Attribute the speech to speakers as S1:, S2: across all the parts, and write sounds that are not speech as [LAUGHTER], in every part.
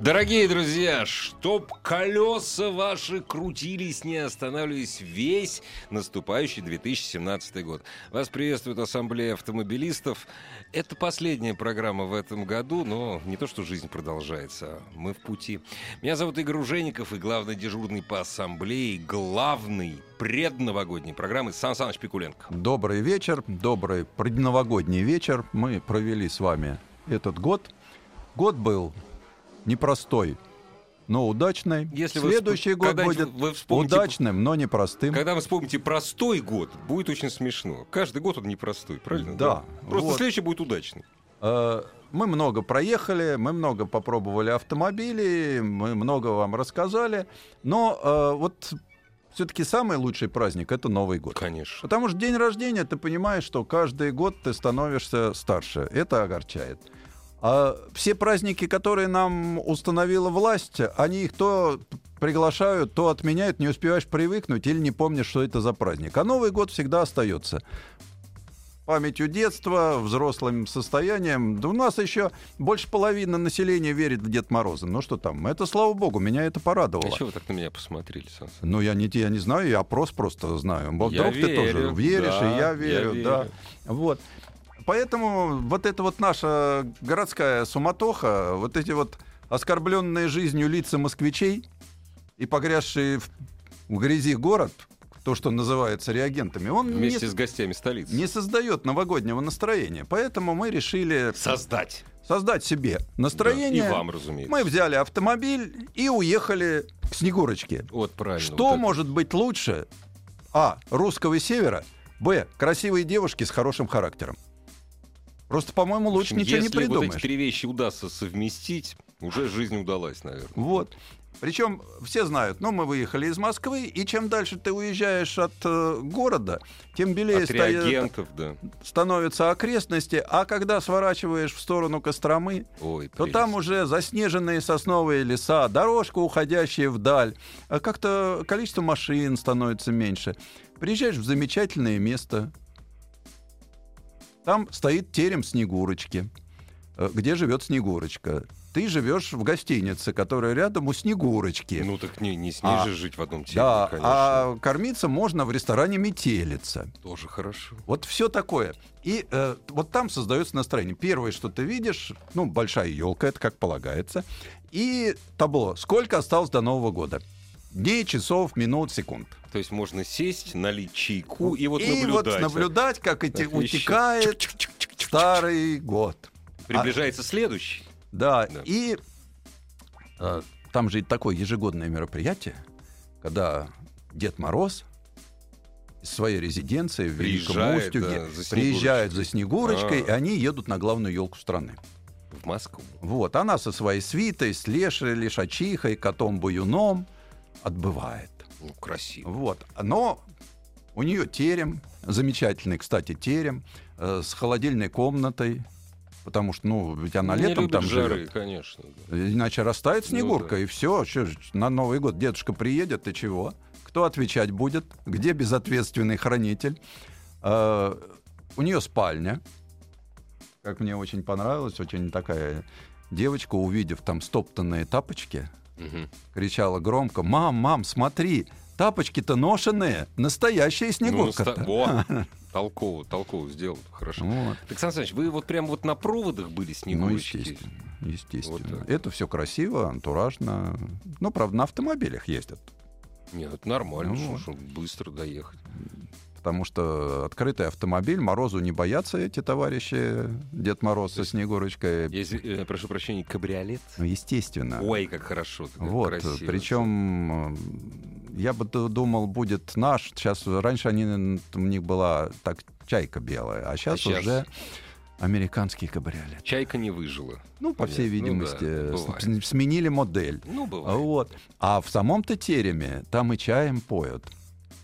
S1: Дорогие друзья, чтоб колеса ваши крутились, не останавливаясь весь наступающий 2017 год. Вас приветствует Ассамблея автомобилистов. Это последняя программа в этом году, но не то, что жизнь продолжается, а мы в пути. Меня зовут Игорь Ужеников и главный дежурный по Ассамблее, главный предновогодней программы Сан Саныч Пикуленко.
S2: Добрый вечер, добрый предновогодний вечер. Мы провели с вами этот год. Год был непростой, но удачный.
S1: Если вы
S2: Следующий
S1: вспом-
S2: год
S1: когда-нибудь
S2: будет
S1: вы вспомните-
S2: удачным, но непростым.
S1: Когда вы вспомните простой год, будет очень смешно. Каждый год он непростой, правильно?
S2: Да.
S1: Просто
S2: Вот.
S1: следующий будет удачный.
S2: Э, Мы много проехали, мы много попробовали автомобилей, мы много вам рассказали, но э, вот все-таки самый лучший праздник это Новый год.
S1: Конечно.
S2: Потому что день рождения, ты понимаешь, что каждый год ты становишься старше. Это огорчает. А все праздники, которые нам установила власть, они их то приглашают, то отменяют, не успеваешь привыкнуть или не помнишь, что это за праздник. А Новый год всегда остается. Памятью детства, взрослым состоянием. Да у нас еще больше половины населения верит в Дед Мороза. Ну что там? Это, слава богу, меня это
S1: А
S2: порадовало.
S1: чего вы так на меня посмотрели, Сан Саныч?
S2: Ну, я не, те- я не знаю, я опрос просто знаю. Вдруг
S1: Я
S2: ты тоже
S1: верю,
S2: веришь,
S1: да,
S2: и я
S1: я
S2: верю,
S1: верю.
S2: да. Вот. Поэтому вот эта вот наша городская суматоха, вот эти вот оскорбленные жизнью лица москвичей и погрязшие в, в грязи город, то, что называется реагентами, он не,
S1: Вместе с гостями столицы.
S2: не создает новогоднего настроения. Поэтому мы решили
S1: Создать.
S2: создать себе
S1: Да,
S2: настроение.
S1: И вам, разумеется.
S2: мы взяли автомобиль и уехали к Снегурочке.
S1: Вот правильно.
S2: Что
S1: вот это.
S2: может быть лучше? А. Русского севера. Б. Красивые девушки с хорошим характером. Просто, по-моему,
S1: В
S2: лучше
S1: общем,
S2: ничего не
S1: если
S2: придумаешь.
S1: вот эти три вещи удастся совместить, уже жизнь удалась, наверное.
S2: Вот. Причем все знают, ну, мы выехали из Москвы, и чем дальше ты уезжаешь от э, города, тем белее
S1: От
S2: стоя-
S1: реагентов, А да.
S2: становятся окрестности, а когда сворачиваешь в сторону Костромы,
S1: Ой,
S2: то
S1: прелесть.
S2: там уже заснеженные сосновые леса, дорожка, уходящая вдаль. А Как-то количество машин становится меньше. Приезжаешь в замечательное место. Там стоит терем Снегурочки, э, где живет Снегурочка. Ты живешь в гостинице, которая рядом у Снегурочки.
S1: Ну так не, не с ней
S2: А,
S1: же жить в одном теле,
S2: да,
S1: конечно.
S2: а кормиться можно в ресторане «Метелица».
S1: Тоже хорошо.
S2: Вот все такое. И э, вот там создается настроение. Первое, что ты видишь, ну, большая елка, это как полагается. И табло. Сколько осталось до Нового года? Дней, часов, минут, секунд.
S1: То есть можно сесть, налить чайку и вот
S2: Ну, И
S1: наблюдать.
S2: вот наблюдать, как эти
S1: Так, вещи.
S2: утекает старый год.
S1: А Приближается следующий.
S2: Да,
S1: Да.
S2: и э, там же и такое ежегодное мероприятие, когда Дед Мороз из своей резиденции в Великом
S1: Приезжает,
S2: Устюге
S1: да, за Снегурочкой.
S2: приезжает за Снегурочкой,
S1: А.
S2: и они едут на главную елку страны.
S1: В Москву.
S2: Вот, она со своей свитой, с лешей, лишачихой, котом-буюном отбывает.
S1: Ну, красиво.
S2: Вот. Но у нее терем, замечательный, кстати, терем, э, с холодильной комнатой, потому что, ну, ведь она
S1: Не
S2: летом
S1: любит
S2: там
S1: жары,
S2: живет.
S1: конечно. да.
S2: Иначе растает
S1: Ну
S2: снегурка,
S1: да.
S2: и все. На Новый год дедушка приедет, и чего? Кто отвечать будет? Где безответственный хранитель? Э, у нее спальня. Как мне очень понравилось, очень такая девочка, увидев там стоптанные тапочки,
S1: Мгм.
S2: кричала громко, «Мам, мам, смотри, тапочки-то ношеные, настоящая
S1: Ну,
S2: снегурка-то».
S1: ста-
S2: [LAUGHS]
S1: Во! Толково, толково сделал. Хорошо.
S2: Вот.
S1: Так, Александр Александрович, вы вот прям вот на проводах были
S2: Ну,
S1: снегурочки?
S2: естественно. естественно.
S1: Вот так.
S2: Это все красиво, антуражно. Ну, правда, на автомобилях ездят.
S1: Нет, это нормально,
S2: Ну,
S1: что, ж, быстро доехать.
S2: Потому что открытый автомобиль, Морозу не боятся эти товарищи, Дед Мороз со Снегурочкой.
S1: Я изв- э, прошу прощения, кабриолет?
S2: Ну, естественно.
S1: Ой, как хорошо, как
S2: вот,
S1: красиво.
S2: причем э, я бы д- думал, будет наш. Сейчас раньше они, н- у них была так чайка белая, а сейчас
S1: щас?
S2: уже американский кабриолет.
S1: Чайка не выжила.
S2: Ну, по всей
S1: Понятно. Ну да,
S2: видимости, э, с-
S1: бывает.
S2: с- сменили модель.
S1: Ну, бывает.
S2: Вот. А в самом-то тереме там и чаем поют.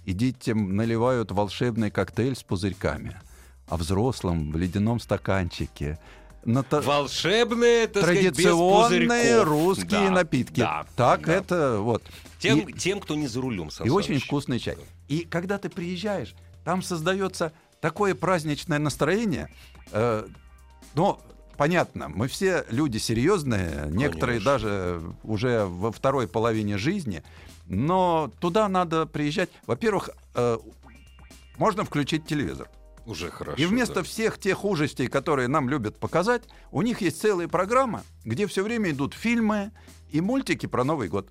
S2: И детям наливают волшебный коктейль с пузырьками. А взрослым в ледяном стаканчике. На та-
S1: Волшебные, так сказать, без
S2: Традиционные
S1: пузырьков.
S2: русские
S1: Да,
S2: напитки.
S1: да,
S2: так
S1: да.
S2: это вот.
S1: Тем,
S2: И-
S1: тем, кто не за рулем,
S2: и
S1: Сан
S2: очень
S1: Саныч.
S2: вкусный чай. И когда ты приезжаешь, там создается такое праздничное настроение. Э, но понятно, мы все люди серьезные, некоторые
S1: Конечно.
S2: даже уже во второй половине жизни. Но туда надо приезжать. Во-первых, э, можно включить телевизор.
S1: Уже хорошо.
S2: И вместо
S1: да.
S2: всех тех ужастей, которые нам любят показать, у них есть целые программы, где все время идут фильмы и мультики про Новый год.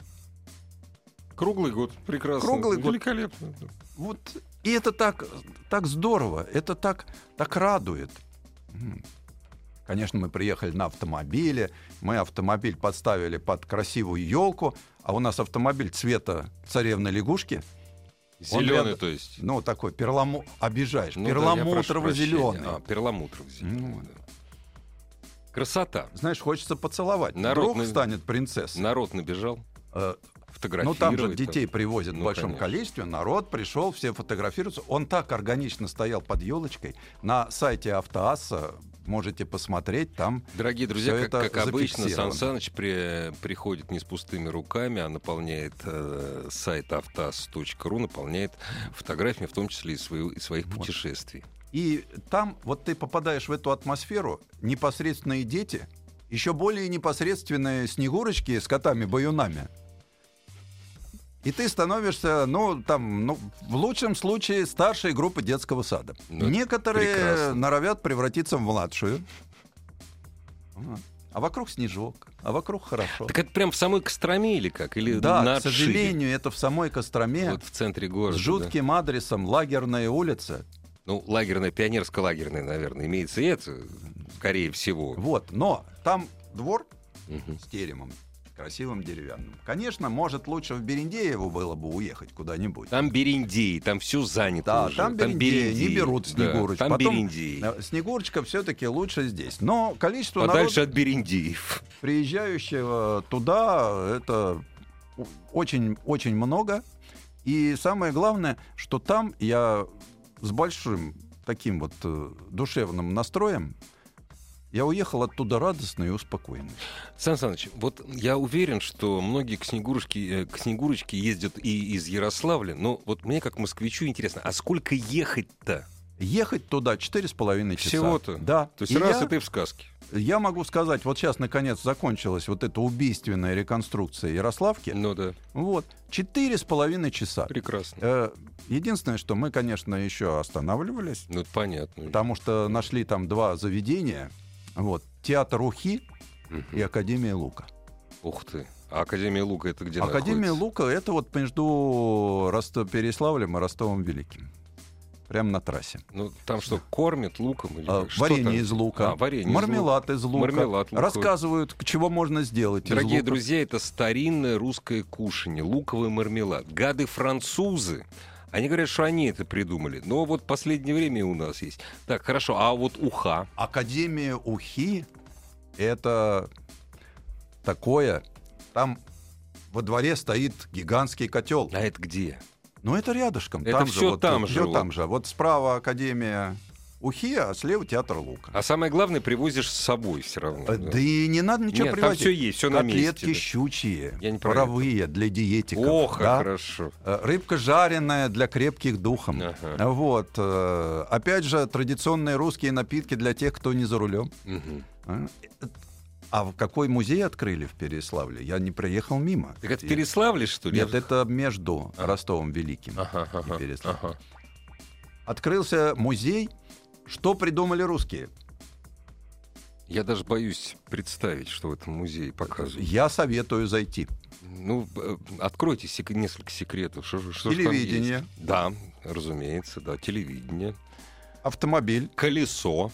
S1: Круглый год. Прекрасно.
S2: Круглый год.
S1: Великолепно.
S2: Вот и это так, так здорово, это так, так радует. М. Конечно, мы приехали на автомобиле, мы автомобиль подставили под красивую елку, а у нас автомобиль цвета царевны лягушки,
S1: Зеленый,
S2: рядом.
S1: то есть.
S2: ну такой перламу, обижаешь,
S1: Ну да, я прошу
S2: перламутрово
S1: прощения.
S2: зеленый.
S1: А, перламутрово зеленый.
S2: Ну.
S1: Красота.
S2: Знаешь, хочется поцеловать.
S1: Народный-
S2: Вдруг станет принцесса.
S1: Народ набежал,
S2: Э, Ну
S1: фотографировать.
S2: там же детей привозят
S1: Ну,
S2: в большом
S1: конечно.
S2: количестве, народ пришел, все фотографируются. Он так органично стоял под елочкой. На сайте Автоасса можете посмотреть, там
S1: Дорогие друзья,
S2: Всё
S1: как,
S2: это
S1: как обычно, Сан
S2: зафиксировано.
S1: Саныч при- приходит не с пустыми руками, а наполняет э, сайт автоаз.ру, наполняет фотографиями, в том числе и, своего- и своих путешествий.
S2: и там вот ты попадаешь в эту атмосферу, непосредственные дети, еще более непосредственные снегурочки с котами-баюнами. И ты становишься, ну, там, ну, в лучшем случае старшей группы детского сада.
S1: Ну, это
S2: Некоторые
S1: прекрасно.
S2: норовят превратиться в младшую. Вот. А вокруг снежок, а вокруг хорошо.
S1: Так это прям в самой Костроме или как? Или на
S2: да, к
S1: Атшиве?
S2: сожалению, это в самой Костроме
S1: Вот в центре
S2: с
S1: города. да.
S2: жутким адресом Лагерная улица.
S1: Ну, лагерная, пионерско-лагерная, наверное, имеется и это, скорее всего.
S2: Вот, но там двор
S1: Мгм.
S2: с теремом, красивым деревянным. Конечно, может, лучше в Берендееву было бы уехать куда-нибудь.
S1: Там Бериндей, там все занято
S2: Да,
S1: уже.
S2: там Бериндеи, не
S1: Бериндеи,
S2: берут
S1: да,
S2: Снегурочку.
S1: там
S2: Потом,
S1: Бериндеи.
S2: э, Снегурочка все-таки лучше здесь. Но количество
S1: Подальше
S2: народа,
S1: от Бериндеев. [LAUGHS]
S2: приезжающего туда, это очень-очень много. И самое главное, что там я с большим таким вот э, душевным настроем я уехал оттуда радостный и успокоенный.
S1: Сан Саныч, вот я уверен, что многие к Снегурочке, э, к Снегурочке ездят и из Ярославля, но вот мне как москвичу интересно, а сколько ехать-то?
S2: Ехать туда 4,5 часа.
S1: Всего-то?
S2: Да.
S1: То есть
S2: И
S1: раз
S2: я-
S1: это и в сказке.
S2: Я могу сказать, вот сейчас наконец закончилась вот эта убийственная реконструкция Ярославки.
S1: Ну да,
S2: Вот, четыре с половиной часа.
S1: прекрасно.
S2: Э, Единственное, что мы, конечно, еще останавливались,
S1: Ну это понятно.
S2: потому что нашли там два заведения. Вот, театр Ухи
S1: Мгм.
S2: и Академия Лука.
S1: Ух ты. А Академия Лука это где
S2: Академия
S1: находится?
S2: Лука — это вот между Ростов Переславлем и Ростовом Великим. Прямо на трассе.
S1: Ну, там что, кормят луком или
S2: А,
S1: что
S2: варенье
S1: там?
S2: из лука,
S1: А, варенье из
S2: мармелад из лука.
S1: Мармелад луковый.
S2: Рассказывают, к чего можно сделать из
S1: Дорогие
S2: лука.
S1: друзья, это старинное русское кушанье, луковый мармелад. Гады французы. Они говорят, что они это придумали. Но вот последнее время и у нас есть. Так, хорошо. А вот уха.
S2: Академия Ухи это такое. Там во дворе стоит гигантский котел.
S1: А это где?
S2: Но это рядышком.
S1: Это всё там же,
S2: всё
S1: вот.
S2: там же. Вот справа Академия Ухи, а слева театр Лука.
S1: А самое главное, привозишь с собой все равно.
S2: Э, Да и не надо ничего
S1: А, Нет, там
S2: привозить.
S1: всё есть, всё на
S2: Котлетки
S1: месте, да.
S2: щучьи,
S1: Я не про
S2: паровые для диетиков.
S1: Ох, как
S2: да?
S1: хорошо.
S2: Э, Рыбка жареная для крепких духом.
S1: Ага.
S2: Вот. э, Опять же, традиционные русские напитки для тех, кто не за рулем.
S1: Мгм.
S2: А? А в какой музей открыли в Переславле? Я не проехал мимо.
S1: Так это
S2: И-
S1: Переславле, что ли?
S2: Нет, это между
S1: А.
S2: Ростовом Великим.
S1: Ага, ага,
S2: и Переславль.
S1: ага.
S2: Открылся музей. Что придумали русские?
S1: Я даже боюсь представить, что в этом музее показывают.
S2: Я советую зайти.
S1: Ну, э, откройте сек- несколько секретов. Что, же- что же там
S2: Телевидение.
S1: есть? Да, разумеется, да, телевидение.
S2: Автомобиль.
S1: Колесо.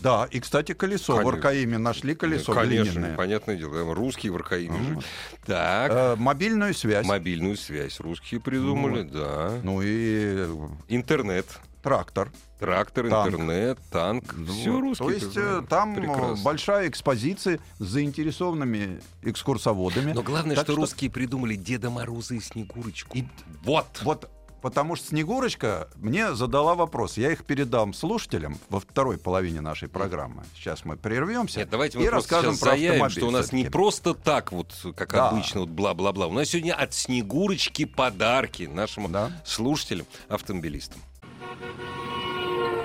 S2: Да, и, кстати, колесо.
S1: Конечно.
S2: В Аркаиме нашли колесо
S1: Ну, Конечно,
S2: глиняное.
S1: понятное дело. Там Русские в Аркаиме
S2: Ага.
S1: же. Так,
S2: Э, Ну, мобильную связь.
S1: мобильную связь русские придумали, да.
S2: Ну и
S1: Интернет.
S2: трактор.
S1: Трактор,
S2: Танк.
S1: интернет, танк.
S2: Ну,
S1: все русские.
S2: То есть э, там э,
S1: Прекрасно.
S2: большая экспозиция с заинтересованными экскурсоводами.
S1: Но главное,
S2: Так
S1: что,
S2: что-
S1: русские придумали Деда Мороза и Снегурочку.
S2: И-
S1: Вот.
S2: Вот потому что Снегурочка мне задала вопрос. Я их передам слушателям во второй половине нашей программы. Сейчас мы прервемся
S1: Нет, давайте мы
S2: и
S1: просто
S2: расскажем
S1: сейчас
S2: про
S1: заявим,
S2: автомобиль.
S1: что у нас не
S2: всё-таки.
S1: просто так вот, как
S2: Да.
S1: обычно, вот бла-бла-бла. У нас сегодня от Снегурочки подарки нашим
S2: Да.
S1: слушателям, автомобилистам.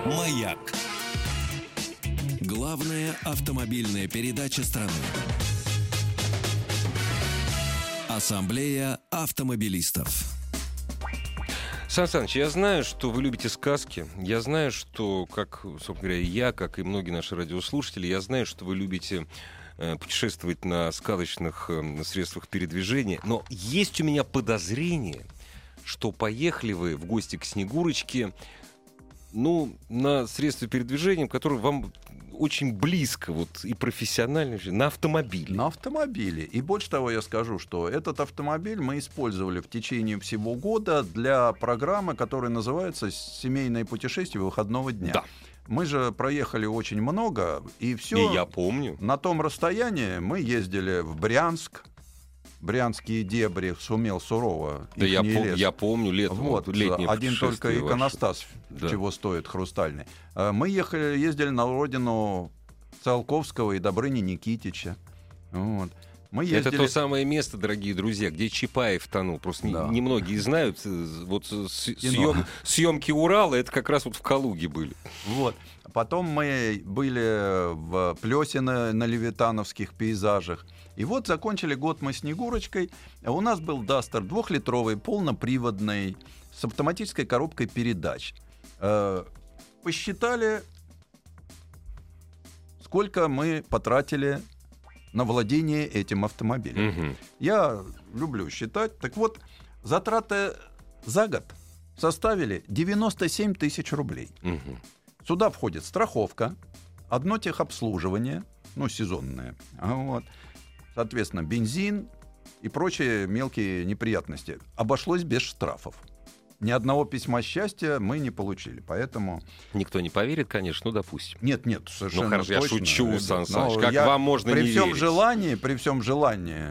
S3: Маяк. Главная автомобильная передача страны. Ассамблея автомобилистов.
S1: Сан Саныч, я знаю, что вы любите сказки. Я знаю, что, как, собственно говоря, и я, как и многие наши радиослушатели, я знаю, что вы любите э, путешествовать на сказочных э, средствах передвижения. Но есть у меня подозрение, что поехали вы в гости к Снегурочке, ну, на средства передвижения, которое вам очень близко, вот, и профессионально, вообще, на автомобиле.
S2: На автомобиле. И больше того я скажу, что этот автомобиль мы использовали в течение всего года для программы, которая называется «Семейное путешествие выходного дня».
S1: Да.
S2: Мы же проехали очень много, и все
S1: И я помню.
S2: на том расстоянии мы ездили в Брянск, Брянские дебри, сумел сурово.
S1: Да я,
S2: ихний
S1: пом-
S2: лес.
S1: я помню летом.
S2: Вот,
S1: вот, летнее
S2: один только
S1: путешествие ваше.
S2: иконостас,
S1: Да.
S2: чего стоит хрустальный. Э, Мы ехали, ездили на родину Циолковского и Добрыни Никитича. Вот. Мы ездили...
S1: Это то самое место, дорогие друзья, где Чапаев тонул. Просто не-
S2: Да.
S1: немногие знают. э, Вот с-
S2: Кино.
S1: съем- съемки Урала это как раз вот в Калуге были.
S2: Вот. Потом мы были в Плесино на левитановских пейзажах. И вот закончили год мы Снегурочкой. У нас был Дастер двухлитровый, полноприводный, с автоматической коробкой передач. Э, Посчитали, сколько мы потратили на владение этим автомобилем. Я люблю считать. Так вот, затраты за год составили 97 тысяч рублей.
S1: Мгм.
S2: Сюда входит страховка, одно техобслуживание, ну, сезонное, а вот, соответственно, бензин и прочие мелкие неприятности. Обошлось без штрафов. Ни одного письма счастья мы не получили, поэтому...
S1: Никто не поверит, конечно, ну допустим.
S2: Нет, нет, совершенно
S1: ну хорошо, я
S2: точно,
S1: шучу,
S2: ребят.
S1: Сан
S2: Но
S1: Саныч. Как
S2: я
S1: вам можно
S2: при
S1: не
S2: всем
S1: верить?
S2: желании, при всем желании,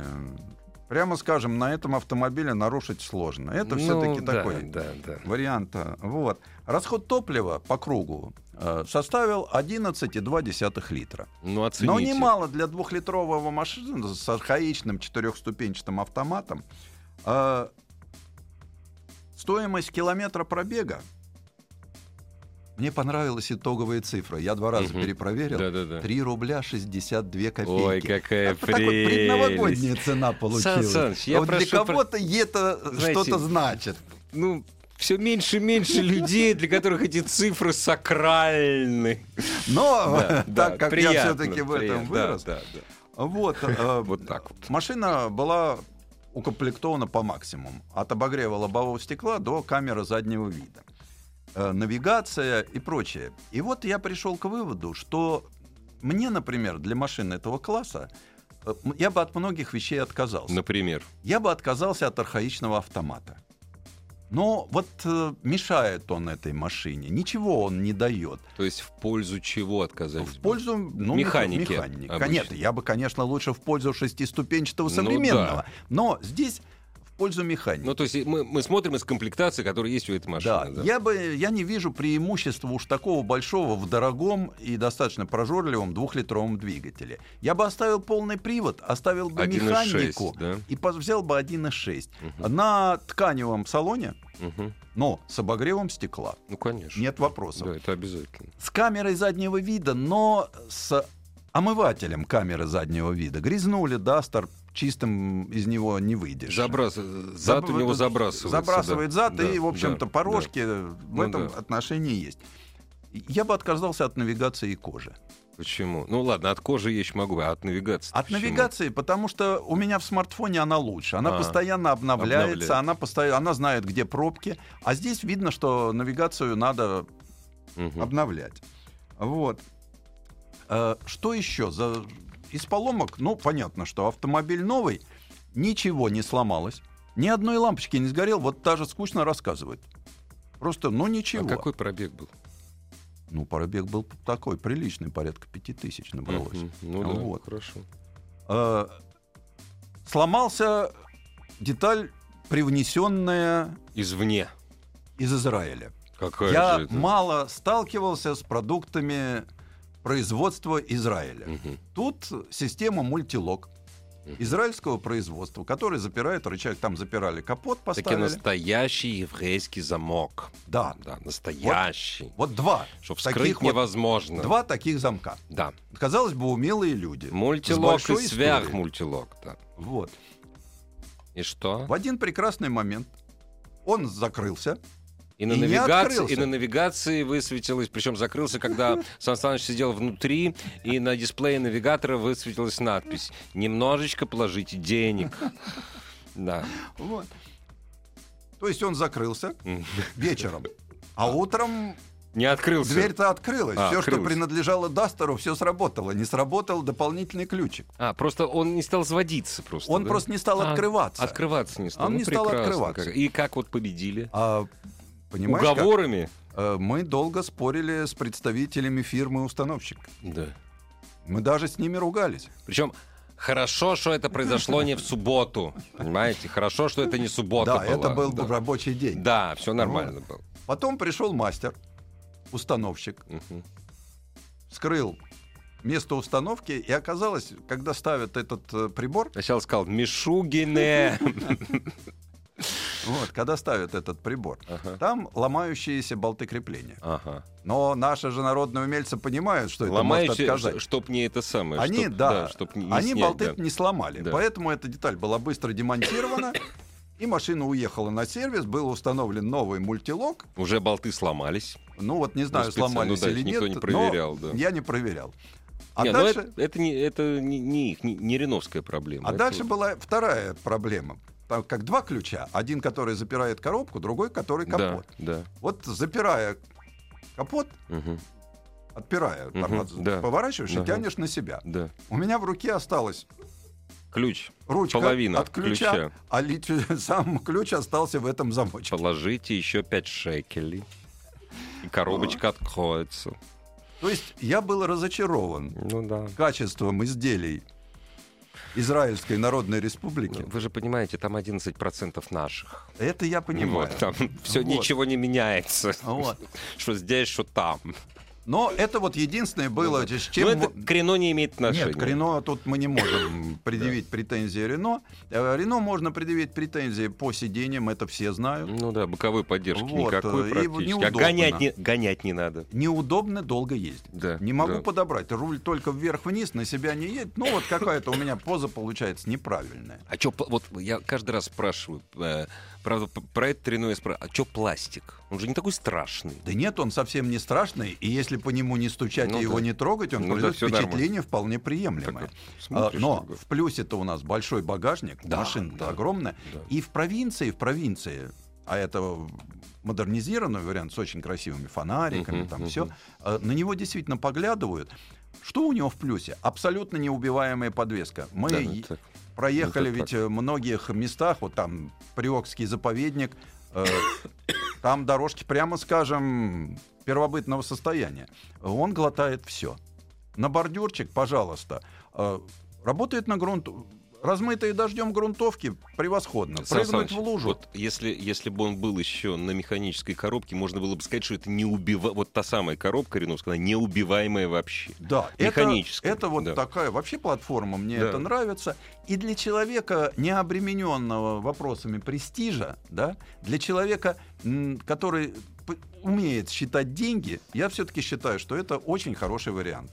S2: прямо скажем, на этом автомобиле нарушить сложно. Это
S1: Ну,
S2: все-таки
S1: да,
S2: такой
S1: Да, да.
S2: варианта. Вот. Расход топлива по кругу э, составил 11,2 литра.
S1: Ну оцените.
S2: Но немало для двухлитрового машины с архаичным четырехступенчатым автоматом. Э, Стоимость километра пробега. Мне понравилась итоговая цифра. Я два раза
S1: Мгм.
S2: перепроверил.
S1: Да, да, да.
S2: 3 рубля 62 копейки.
S1: Ой, какая
S2: Вот такой
S1: прелесть.
S2: предновогодняя цена получилась.
S1: Саныч, я
S2: А вот для
S1: прошу про-
S2: кого-то и это
S1: Знаете,
S2: что-то значит.
S1: Ну, все меньше и [LAUGHS] меньше людей, для которых эти цифры сакральны.
S2: Но
S1: [LAUGHS] Да,
S2: [LAUGHS] так
S1: да,
S2: как я
S1: приятно,
S2: все-таки в этом
S1: приятно, да,
S2: вырос,
S1: да, да.
S2: вот, э,
S1: [LAUGHS] Вот так вот.
S2: машина была укомплектована по максимуму. От обогрева лобового стекла до камеры заднего вида. Э, навигация и прочее. И вот я пришел к выводу, что мне, например, для машин этого класса э, м- я бы от многих вещей отказался.
S1: Например.
S2: Я бы отказался от архаичного автомата. Но вот э, мешает он этой машине. Ничего он не дает.
S1: То есть в пользу чего отказались?
S2: В пользу ну,
S1: Механики
S2: механики.
S1: обычно.
S2: Конечно, я бы, конечно, лучше в пользу шестиступенчатого
S1: Ну
S2: современного. Но здесь в пользу механики.
S1: Ну, то есть мы, мы смотрим из комплектации, которая есть у этой
S2: да,
S1: машины. да.
S2: я бы я не вижу преимущества уж такого большого в дорогом и достаточно прожорливом двухлитровом двигателе. Я бы оставил полный привод, оставил бы
S1: 1,6,
S2: механику
S1: да?
S2: и поз- взял бы 1,6
S1: Мгм.
S2: на тканевом салоне,
S1: Мгм.
S2: но с обогревом стекла.
S1: Ну, конечно.
S2: Нет вопросов.
S1: Да, это обязательно.
S2: с камерой заднего вида, но с омывателем камеры заднего вида. Грязнули Дастер, чистым из него не выйдешь.
S1: Забрас... Зад
S2: Заб-
S1: у него
S2: вот,
S1: забрасывается.
S2: Забрасывает
S1: да.
S2: зад,
S1: Да,
S2: и, в общем-то,
S1: да,
S2: порожки в
S1: Ну
S2: этом
S1: да.
S2: отношении есть. Я бы отказался от навигации и кожи.
S1: да. Почему? Ну, ладно, от кожи есть могу, а от навигации
S2: От навигации, потому что у меня в смартфоне она лучше. Она
S1: А,
S2: постоянно обновляется,
S1: обновляет.
S2: Она, постоянно, она знает, где пробки. А здесь видно, что навигацию надо А
S1: А
S2: обновлять. Вот. Э, Что еще? За... Из поломок, ну, понятно, что автомобиль новый, ничего не сломалось, ни одной лампочки не сгорел, вот даже скучно рассказывают. Просто, ну ничего.
S1: А какой пробег был?
S2: Ну, пробег был такой, приличный, порядка пяти тысяч набралось.
S1: Мгм. Ну да,
S2: Вот.
S1: хорошо.
S2: Э, сломался деталь, привнесенная
S1: Извне.
S2: из Израиля.
S1: Какая
S2: Я
S1: же это?
S2: мало сталкивался с продуктами производства Израиля.
S1: Мгм.
S2: Тут система мультилок израильского производства, который запирает рычаг. Там запирали капот,
S1: Таки
S2: поставили.
S1: настоящий еврейский замок.
S2: Да.
S1: Да, настоящий.
S2: Вот два.
S1: Что вскрыть
S2: таких вот-
S1: невозможно.
S2: два таких замка.
S1: Да.
S2: Казалось бы, умелые люди. С
S1: Мультилок
S2: большой
S1: и
S2: историей.
S1: сверхмультилок. Да.
S2: Вот.
S1: И что?
S2: В один прекрасный момент он закрылся.
S1: И на,
S2: И не
S1: навигации,
S2: открылся.
S1: и на навигации высветилось, причем закрылся,
S2: [LAUGHS]
S1: когда Сан Саныч сидел внутри, и на дисплее навигатора высветилась надпись «Немножечко положите денег».
S2: [LAUGHS]
S1: Да.
S2: Вот. То есть он закрылся
S1: Мгм.
S2: вечером. А утром
S1: Не открылся.
S2: дверь-то открылась.
S1: А,
S2: все, что
S1: открылась.
S2: принадлежало Дастеру, все сработало. Не сработал дополнительный ключик.
S1: А, просто он не стал сводиться просто.
S2: Он
S1: да?
S2: просто не стал
S1: А,
S2: открываться.
S1: Открываться не стал.
S2: Он
S1: Ну,
S2: не стал
S1: прекрасно.
S2: открываться.
S1: Как- И как вот победили?
S2: А, понимаешь, как?
S1: Уговорами?
S2: Э, Мы долго спорили с представителями фирмы-установщик.
S1: Да.
S2: Мы даже с ними ругались.
S1: Причем хорошо, что это произошло не в субботу. Понимаете? Хорошо, что это не суббота
S2: да, это
S1: была.
S2: был Ну.
S1: Да.
S2: рабочий день.
S1: Да, все нормально было.
S2: Потом пришел мастер, установщик,
S1: Мгм.
S2: вскрыл место установки, и оказалось, когда ставят этот э, прибор,
S1: Сначала сказал Мишугине.
S2: вот, когда ставят этот прибор,
S1: Ага.
S2: там ломающиеся болты крепления.
S1: Ага.
S2: Но наши же народные умельцы понимают, что это может
S1: Ломающие,
S2: отказать.
S1: ш- чтоб не это самое.
S2: Они,
S1: чтоб-
S2: да,
S1: чтоб не- не
S2: они
S1: снять,
S2: болты
S1: да.
S2: не сломали.
S1: Да.
S2: Поэтому эта деталь была
S1: [COUGHS]
S2: быстро демонтирована, и машина уехала на сервис, был установлен новый мультилок.
S1: Уже болты сломались.
S2: Ну вот не знаю,
S1: специально,
S2: сломались
S1: да,
S2: или
S1: их
S2: нет,
S1: никто не
S2: но
S1: проверял, да.
S2: я не проверял. А
S1: не, ну
S2: дальше,
S1: это, это не, это не, не их, не, не реновская проблема.
S2: а
S1: Это-
S2: дальше была вторая проблема. Так как два ключа. Один, который запирает коробку, другой, который капот.
S1: Да,
S2: Вот запирая капот,
S1: да. Мгм,
S2: отпирая, там,
S1: Мгм,
S2: от-
S1: да.
S2: поворачиваешь и
S1: Ага.
S2: тянешь на себя.
S1: да.
S2: У меня в руке осталось
S1: Ключ.
S2: ручка
S1: Половина
S2: от ключа,
S1: ключа.
S2: а ли- [LAUGHS] сам ключ остался в этом замочке.
S1: Положите еще 5 шекелей. И
S2: А.
S1: коробочка откроется.
S2: То есть я был разочарован
S1: Ну да.
S2: качеством изделий Израильской Народной Республики.
S1: Вы же понимаете, там 11% наших.
S2: Это я понимаю.
S1: Вот, там все
S2: Вот.
S1: ничего не меняется.
S2: Вот.
S1: [LAUGHS] Что здесь, что там.
S2: Но это вот единственное было, с чем...
S1: Ну, это
S2: мы-
S1: к Рено не имеет отношения.
S2: Нет, к Рено тут мы не
S1: [COUGHS]
S2: можем предъявить претензии Рено. Э, Рено можно предъявить претензии по сиденьям, это все знают.
S1: Ну да, боковой поддержки
S2: Вот,
S1: никакой
S2: э, и
S1: практически. А
S2: неудобно.
S1: гонять не, гонять не надо.
S2: Неудобно долго ездить.
S1: Да,
S2: не могу
S1: да.
S2: подобрать. Руль только вверх-вниз, на себя не едет. Ну вот какая-то у меня поза получается неправильная.
S1: А чё, пла- вот я каждый раз спрашиваю, э, правда, п- про это Рено я спрашиваю, а чё пластик? Он же не такой страшный.
S2: Да нет, он совсем не страшный, и если по нему не стучать
S1: Ну
S2: и его
S1: да.
S2: не трогать, он
S1: Ну да,
S2: производит
S1: всё нормально.
S2: впечатление вполне приемлемое.
S1: Так, смотришь,
S2: А, Но
S1: такой.
S2: в плюсе-то у нас большой багажник,
S1: Да,
S2: машин
S1: да,
S2: огромная.
S1: да.
S2: И в провинции, в провинции, а это модернизированный вариант с очень красивыми фонариками,
S1: Мгм,
S2: там
S1: мгм.
S2: все, на него действительно поглядывают. Что у него в плюсе? Абсолютно неубиваемая подвеска. Мы
S1: Да,
S2: е-
S1: это так.
S2: проехали
S1: Ну, Это
S2: ведь в многих местах, вот там Приокский заповедник,
S1: [COUGHS]
S2: э, там дорожки, прямо скажем, первобытного состояния. Он глотает все. На бордюрчик, пожалуйста, э, работает на грунт... Размытые дождем грунтовки превосходно.
S1: Сан
S2: Прыгнуть
S1: Саныч,
S2: в лужу.
S1: Вот если, если бы он был еще на механической коробке, можно было бы сказать, что это не убива... Вот та самая коробка Реновская, она неубиваемая вообще.
S2: Да,
S1: Механическая,
S2: Это, это вот
S1: да.
S2: такая вообще платформа, мне
S1: Да.
S2: это нравится. И для человека, не обремененного вопросами престижа, да, для человека, м, который п- умеет считать деньги, я все-таки считаю, что это очень хороший вариант.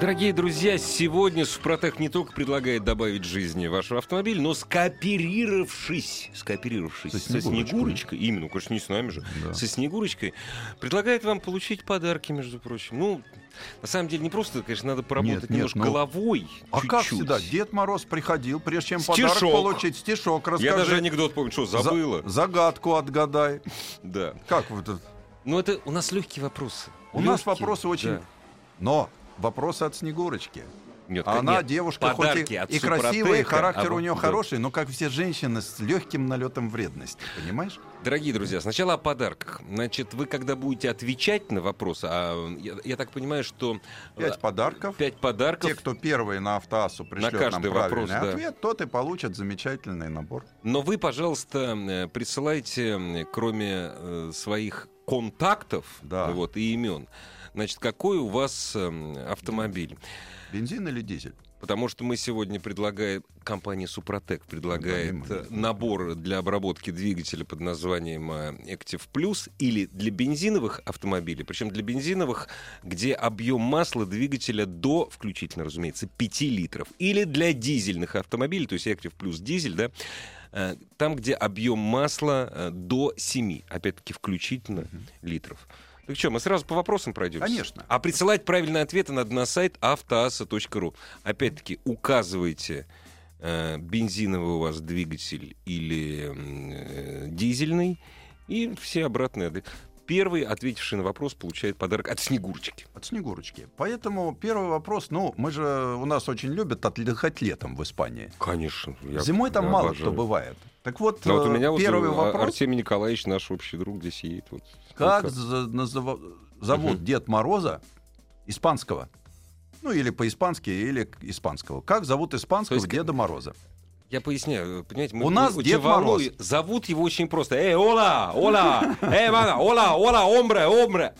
S1: Дорогие друзья, сегодня Супротек не только предлагает добавить жизни в ваш автомобиль, но скооперировавшись, скооперировавшись
S2: Со
S1: со
S2: Снегурочкой.
S1: Снегурочкой, именно, конечно, не с нами же,
S2: Да.
S1: со Снегурочкой, предлагает вам получить подарки, между прочим. Ну, на самом деле, не просто, конечно, надо поработать
S2: Нет, нет,
S1: немножко
S2: ну,
S1: головой,
S2: А как
S1: чуть-чуть.
S2: всегда, Дед Мороз приходил, прежде чем
S1: Стишок.
S2: подарок получить, стишок расскажи.
S1: Я даже анекдот помню, что
S2: За-
S1: забыла.
S2: загадку отгадай.
S1: Да.
S2: Как вот это?
S1: Но Ну, это у нас легкие вопросы.
S2: У нас
S1: Лёгкие,
S2: вопросы очень...
S1: да.
S2: Но вопросы от Снегурочки.
S1: Нет,
S2: А Она
S1: нет,
S2: девушка, хоть
S1: подарки
S2: и,
S1: от
S2: и красивая, и
S1: Супротека, а
S2: характер у
S1: вот-
S2: нее
S1: да.
S2: хороший, но как все женщины с легким налетом вредности, понимаешь?
S1: Дорогие друзья, сначала о подарках. Значит, вы когда будете отвечать на вопросы, а я, я так понимаю, что э,
S2: Пять подарков.
S1: пять подарков,
S2: Те, кто первые на автоассу пришлет нам
S1: каждый
S2: правильный
S1: вопрос, да.
S2: ответ, тот и получит замечательный набор.
S1: но вы, пожалуйста, э, присылайте, э, кроме э, своих контактов
S2: Да.
S1: вот, и имен, значит, какой у вас э, автомобиль.
S2: Бензин или дизель?
S1: Потому что мы сегодня предлагаем, компания Супротек
S2: Ну,
S1: предлагает
S2: да,
S1: э,
S2: мы-
S1: набор для обработки двигателя под названием э, Active Plus или для бензиновых автомобилей, причем для бензиновых, где объем масла двигателя до, включительно, разумеется, 5 литров, или для дизельных автомобилей, то есть Active Plus дизель, да, э, там, где объем масла э, до 7, опять-таки, включительно, литров. Так что, мы сразу по вопросам пройдемся?
S2: Конечно.
S1: А присылать правильные ответы надо на сайт автоаса.ру. Опять-таки, указывайте, э, бензиновый у вас двигатель или м, э, дизельный, и все обратные ответы. Первый, ответивший на вопрос, получает подарок от Снегурочки.
S2: От Снегурочки. Поэтому первый вопрос, ну, мы же, у нас очень любят отдыхать летом в Испании.
S1: Конечно.
S2: Зимой там мало что бывает. Так вот,
S1: вот у
S2: э,
S1: меня
S2: первый
S1: вот э,
S2: вопрос,
S1: Артемий Николаевич, наш общий друг, здесь сидит. Вот.
S2: Ну, как
S1: Ну-ка.
S2: за- назова- зовут
S1: Мгм.
S2: Дед Мороза испанского? Ну, или по-испански, или к- испанского. Как зовут испанского
S1: То есть-
S2: Деда Мороза?
S1: Я поясняю, э, понимаете, мы,
S2: У нас
S1: мы-
S2: Дед
S1: Чевару-
S2: Мороз.
S1: Зовут его очень просто. Эй, ола, ола, эй, мана, ола, ола, омбре, омбре.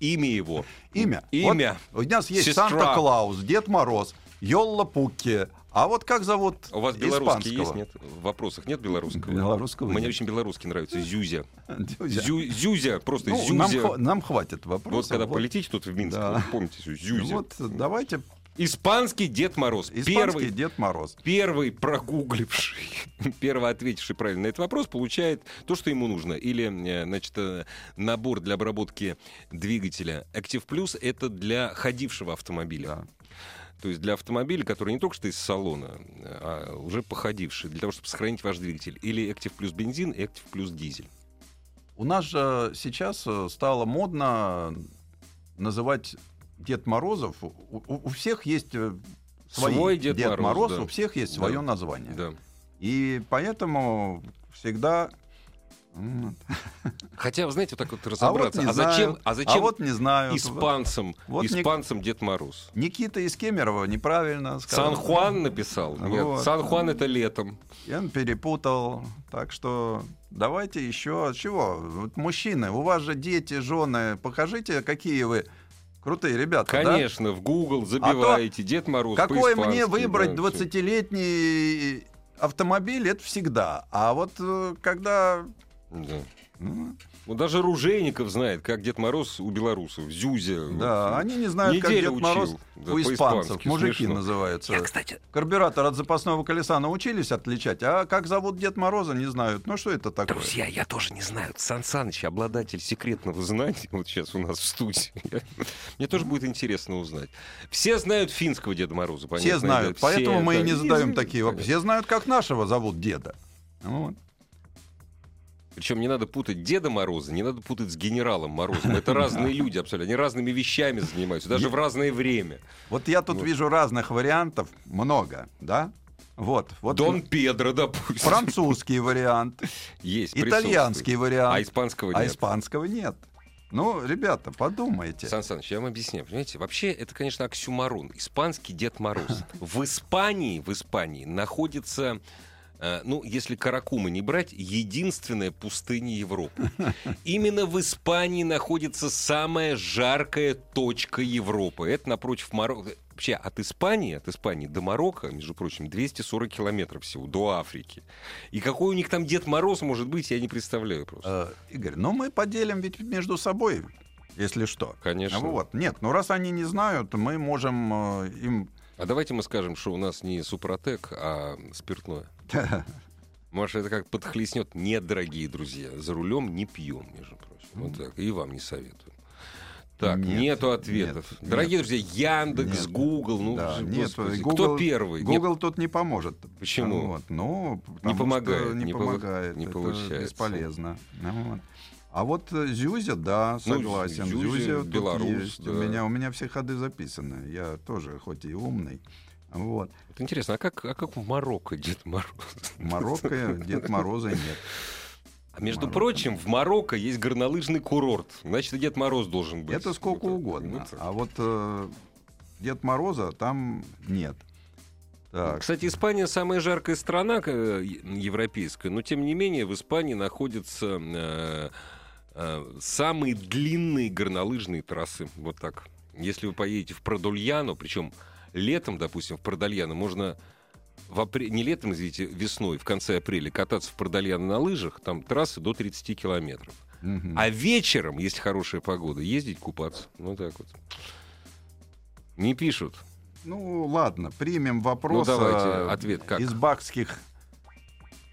S1: Имя его.
S2: Имя.
S1: Имя.
S2: Вот у нас есть
S1: Сестра.
S2: Санта-Клаус, Дед Мороз, Йолла Пукки. А вот как зовут
S1: А У вас белорусский
S2: испанского?
S1: есть, нет? В вопросах нет белорусского?
S2: Белорусского
S1: Мне
S2: нет.
S1: очень белорусский нравится. Зюзя.
S2: [LAUGHS] Дюзя.
S1: Зю- Зюзя, просто
S2: Ну,
S1: Зюзя.
S2: нам, хва- нам хватит
S1: Вот
S2: вопросов.
S1: когда
S2: Вот.
S1: полетите тут в Минск,
S2: Да. Ну
S1: вот помните, всё, Зюзя.
S2: Вот давайте
S1: Испанский Дед Мороз.
S2: испанский
S1: Первый,
S2: Дед Мороз.
S1: первый прогугливший, [LAUGHS] первый ответивший правильно на этот вопрос, получает то, что ему нужно. Или, э, значит, э, набор для обработки двигателя Active Plus — это для ходившего автомобиля.
S2: Да.
S1: То есть для автомобиля, который не только что из салона, а уже походивший, для того, чтобы сохранить ваш двигатель. Или Active плюс бензин, и Active плюс дизель.
S2: У нас же сейчас э, стало модно называть Дед Морозов. У, у- у всех есть э, свои.
S1: Свой Дед Мороз, да.
S2: у всех есть свое
S1: Да.
S2: название.
S1: Да.
S2: И поэтому всегда. м,
S1: Хотя, вы знаете, вот так вот
S2: А вот
S1: разобраться.
S2: не
S1: А, зачем,
S2: знают,
S1: а зачем
S2: а вот не знаю.
S1: испанцам,
S2: Вот не-
S1: испанцам Дед Мороз?
S2: Никита из Кемерово неправильно сказал.
S1: Сан-Хуан написал? Нет,
S2: Вот.
S1: Сан-Хуан это летом.
S2: И он перепутал. Так что давайте еще от чего? Вот мужчины, у вас же дети, жены, покажите, какие вы крутые ребята. да?
S1: Конечно, в Google забиваете Дед Мороз
S2: Какой
S1: по-испански,
S2: мне
S1: да,
S2: выбрать
S1: всё.
S2: 20-летний автомобиль, это всегда. А вот э, когда...
S1: Да.
S2: ну,
S1: Ну, даже Ружейников знает, как Дед Мороз у белорусов. Зюзя.
S2: да, они не знают, как
S1: Ну, Неделю
S2: Дед Мороз
S1: учил, да,
S2: у испанцев.
S1: по-испански,
S2: Мужики
S1: смешно.
S2: называются.
S1: Я, кстати,
S2: Карбюратор от запасного колеса научились отличать, а как зовут Дед Мороза, не знают. Ну что это такое?
S1: Друзья, я тоже не знаю. Сан Саныч, обладатель секретного знания, вот сейчас у нас в студии. [LAUGHS] Мне тоже будет интересно узнать. Все знают финского Деда Мороза, понятно.
S2: Все знают, поэтому мы и не задаем такие вопросы.
S1: вопросы.
S2: Все знают, как нашего зовут деда. Вот.
S1: Причем не надо путать Деда Мороза, не надо путать с генералом Морозом.
S2: [LAUGHS]
S1: Это разные люди абсолютно. Они разными вещами занимаются, даже в разное время.
S2: Вот я тут
S1: Вот.
S2: вижу разных вариантов, много, да? Вот, вот
S1: Дон Педро, допустим.
S2: французский вариант,
S1: Есть,
S2: итальянский
S1: присутствует. А
S2: вариант,
S1: испанского
S2: а
S1: нет.
S2: испанского нет. Ну, ребята, подумайте.
S1: Сан Саныч, я вам объясняю. Понимаете, вообще это, конечно, оксюмарон. Испанский Дед Мороз. В Испании, в Испании находится э, ну, если Каракумы не брать, единственная пустыня Европы. Именно в Испании находится самая жаркая точка Европы. Это напротив Марокко. Вообще от Испании, от Испании до Марокко, между прочим, 240 километров всего, до Африки. И какой у них
S2: А,
S1: там Дед Мороз может быть, я не представляю просто.
S2: Э, Игорь, ну мы поделим ведь между собой если что.
S1: Конечно.
S2: Вот. Нет, ну раз они не знают, мы можем э, им... [LAUGHS]
S1: А давайте мы скажем, что у нас не супротек, а спиртное. Маша, это как подхлестнет. Нет, дорогие друзья, за рулем не пьем, между прочим. Вот так. И вам не советуем. Так,
S2: Нет,
S1: нету ответов.
S2: нет,
S1: Дорогие друзья, Яндекс,
S2: Нет.
S1: Гугл, ну,
S2: Да,
S1: господи,
S2: нет,
S1: кто
S2: Google-
S1: первый? Нет,
S2: Google тут не поможет.
S1: Почему?
S2: Вот, ну, потому
S1: помогает,
S2: что Не,
S1: не полу-
S2: помогает.
S1: не
S2: это
S1: получается.
S2: бесполезно. Ну вот. А вот э, Зюзя, да,
S1: Ну,
S2: согласен.
S1: Зюзя,
S2: Зюзя, тут
S1: белорус,
S2: есть. У,
S1: да.
S2: меня, у меня все ходы записаны. Я тоже, хоть и умный. Вот.
S1: Вот интересно, а как, а как в Марокко Дед Мороз?
S2: Марокко, Дед
S1: [LAUGHS]
S2: Мороза нет.
S1: А между
S2: Марокко.
S1: прочим, в Марокко есть горнолыжный курорт. Значит, и Дед Мороз должен быть.
S2: Это сколько
S1: Вот так.
S2: угодно.
S1: Вот так.
S2: А вот э, Дед Мороза там нет. Так.
S1: Кстати, Испания самая жаркая страна к- э, европейская, но тем не менее в Испании находятся э, э, самые длинные горнолыжные трассы. Вот так. Если вы поедете в Продульяну, причем летом, допустим, в Продульяну можно в апре- не летом, извините, весной, в конце апреля кататься в Продольяну на лыжах, там трассы до 30 километров.
S2: мгм.
S1: А вечером, если хорошая погода, ездить купаться. Ну так вот. Не пишут.
S2: Ну ладно, примем вопрос
S1: Ну, давайте,
S2: э,
S1: ответ как?
S2: из бакских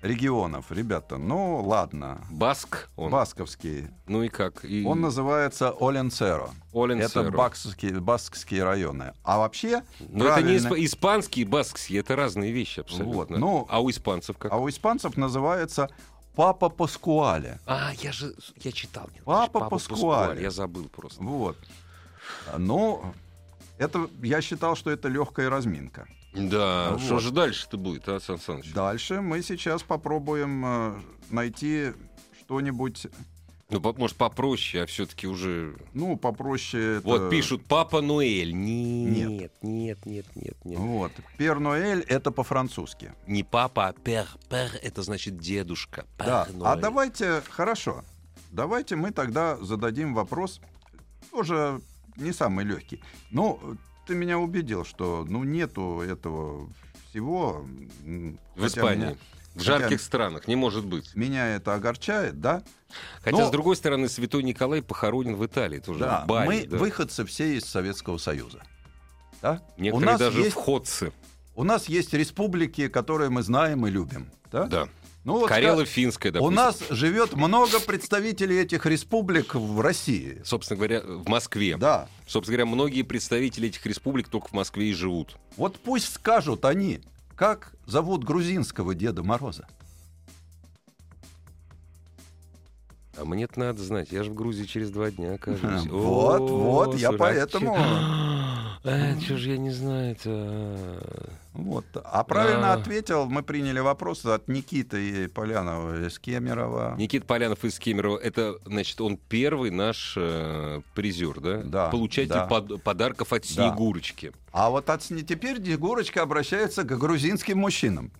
S2: регионов, ребята. Ну ладно.
S1: Баск он.
S2: Басковский.
S1: Ну и как? И...
S2: Он называется Оленцеро. Это
S1: Оленсеро.
S2: бакские, баскские районы. А вообще,
S1: Но это не
S2: правильно-
S1: исп- испанский и баскский, это разные вещи абсолютно.
S2: Вот, ну-
S1: А у испанцев как?
S2: а у испанцев называется Папа Паскуале.
S1: А, я же, я читал. нет,
S2: Папа
S1: Папа
S2: Паскуале.
S1: Я забыл просто.
S2: Вот. Но это, я считал, что это легкая разминка.
S1: Да,
S2: Ну Вот.
S1: что же дальше-то будет, а, Сан Саныч?
S2: Дальше мы сейчас попробуем э, найти что-нибудь,
S1: Ну, по- может, попроще, а все-таки уже...
S2: ну, попроще. это-
S1: Вот пишут «Папа Нуэль». Нет,
S2: Нет. Ну.
S1: нет, нет, нет, нет.
S2: Вот. Пернуэль это по-французски.
S1: Не папа, а пер. Пер — это значит дедушка. Пер
S2: Да. А
S1: Нуэль.
S2: давайте, хорошо, давайте мы тогда зададим вопрос, тоже не самый легкий. Ну, ты меня убедил, что ну нету этого всего. м,
S1: В
S2: хотя
S1: Испании.
S2: меня-
S1: В
S2: хотя-
S1: жарких странах не может быть.
S2: Меня это огорчает, да?
S1: Хотя,
S2: Но-
S1: с другой стороны, святой Николай похоронен в Италии тоже, в Бали.
S2: мы
S1: да.
S2: выходцы все из Советского Союза. Да? У,
S1: Некоторые
S2: нас
S1: даже
S2: есть,
S1: входцы.
S2: у нас есть республики, которые мы знаем и любим. Да.
S1: Да.
S2: Ну, вот
S1: Карело
S2: ска-
S1: финская,
S2: у
S1: допустим.
S2: нас живет много представителей этих республик в России.
S1: собственно говоря, в Москве.
S2: Да.
S1: Собственно говоря, многие представители этих республик только в Москве и живут.
S2: Вот пусть скажут они, как зовут грузинского Деда Мороза.
S1: А мне-то надо знать, я же в Грузии через два дня окажусь.
S2: [LAUGHS] Вот,
S1: О,
S2: вот, я
S1: сураки. [GASPS]
S2: поэтому.
S1: Э, чё ж я не знаю-то?
S2: Вот. А правильно
S1: А.
S2: ответил, мы приняли вопрос от Никиты Полянова из Кемерова.
S1: Никита Полянов из Кемерово, это, значит, он первый наш э, призер, да?
S2: Да,
S1: Получатель
S2: да.
S1: под- подарков от
S2: Да.
S1: Снегурочки.
S2: А вот от сне- теперь Снегурочка обращается к грузинским мужчинам.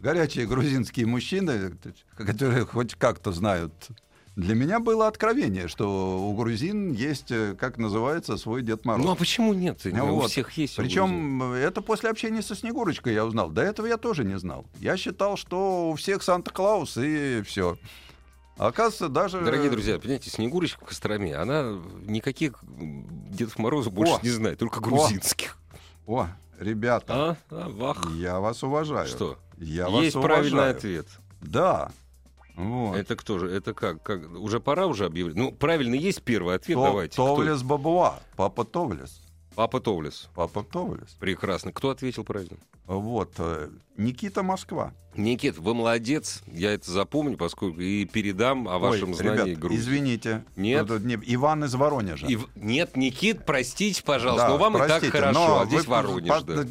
S2: Горячие грузинские мужчины, которые хоть как-то знают. Для меня было откровение, что у грузин есть, э, как называется, свой Дед Мороз.
S1: Ну а почему нет?
S2: Ну
S1: У
S2: вот.
S1: всех есть. а у Грузии.
S2: Причем э, это после общения со Снегурочкой я узнал. До этого я тоже не знал. Я считал, что у всех Санта-Клаус и все. Оказывается, даже...
S1: Дорогие друзья, понимаете, Снегурочка в Костроме, она никаких м, Дедов Морозов больше
S2: О!
S1: не знает, только грузинских.
S2: О, ребята,
S1: А? А, вах.
S2: я вас уважаю.
S1: Что?
S2: Я
S1: Есть
S2: вас
S1: правильный
S2: уважаю.
S1: ответ.
S2: Да. Вот.
S1: Это кто же? Это как? как? Уже пора уже объявлять? Ну, правильно, есть первый ответ,
S2: То-
S1: давайте. Кто?
S2: Товлес Бабуа. Папа Товлес.
S1: Папа Товлес.
S2: Папа Товлес.
S1: Прекрасно. Кто ответил правильно?
S2: Вот. э, Никита Москва.
S1: Никит, вы молодец. Я это запомню, поскольку и передам о вашем
S2: Ой,
S1: знании
S2: ребят,
S1: Грузии.
S2: Извините.
S1: Нет.
S2: Тут не- Иван из Воронежа.
S1: И в- Нет, Никит, простите, пожалуйста,
S2: Да,
S1: но вам и
S2: простите,
S1: так хорошо.
S2: но
S1: А здесь
S2: вы-
S1: Воронеж,
S2: по-
S1: да.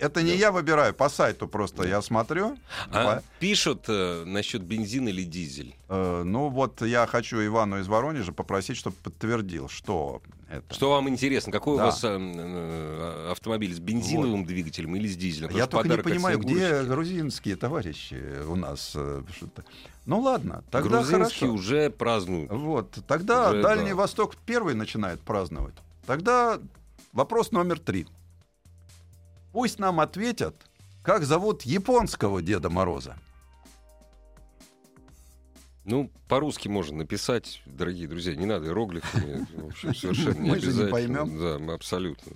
S2: Это не я выбираю, по сайту просто я смотрю.
S1: А
S2: По-
S1: пишут э, насчет бензина или дизель.
S2: э, ну вот я хочу Ивану из Воронежа попросить, чтобы подтвердил, что это.
S1: Что вам интересно, какой
S2: Да.
S1: у вас э, э, автомобиль с бензиновым двигателем или с дизелем?
S2: Я
S1: Потому что
S2: только не
S1: подарок от
S2: понимаю, где
S1: Снегурочки.
S2: грузинские товарищи у нас. э, что-то. Ну ладно, тогда
S1: Грузинские
S2: хорошо.
S1: уже празднуют.
S2: Вот, тогда
S1: Уже,
S2: Дальний
S1: да.
S2: Восток первый начинает праздновать. Тогда вопрос номер три. Пусть нам ответят, как зовут японского Деда Мороза.
S1: Ну, по-русски можно написать, дорогие друзья, не надо иероглифами, [LAUGHS] в общем, совершенно не
S2: Мы же не
S1: обязательно.
S2: поймем.
S1: Да, мы абсолютно.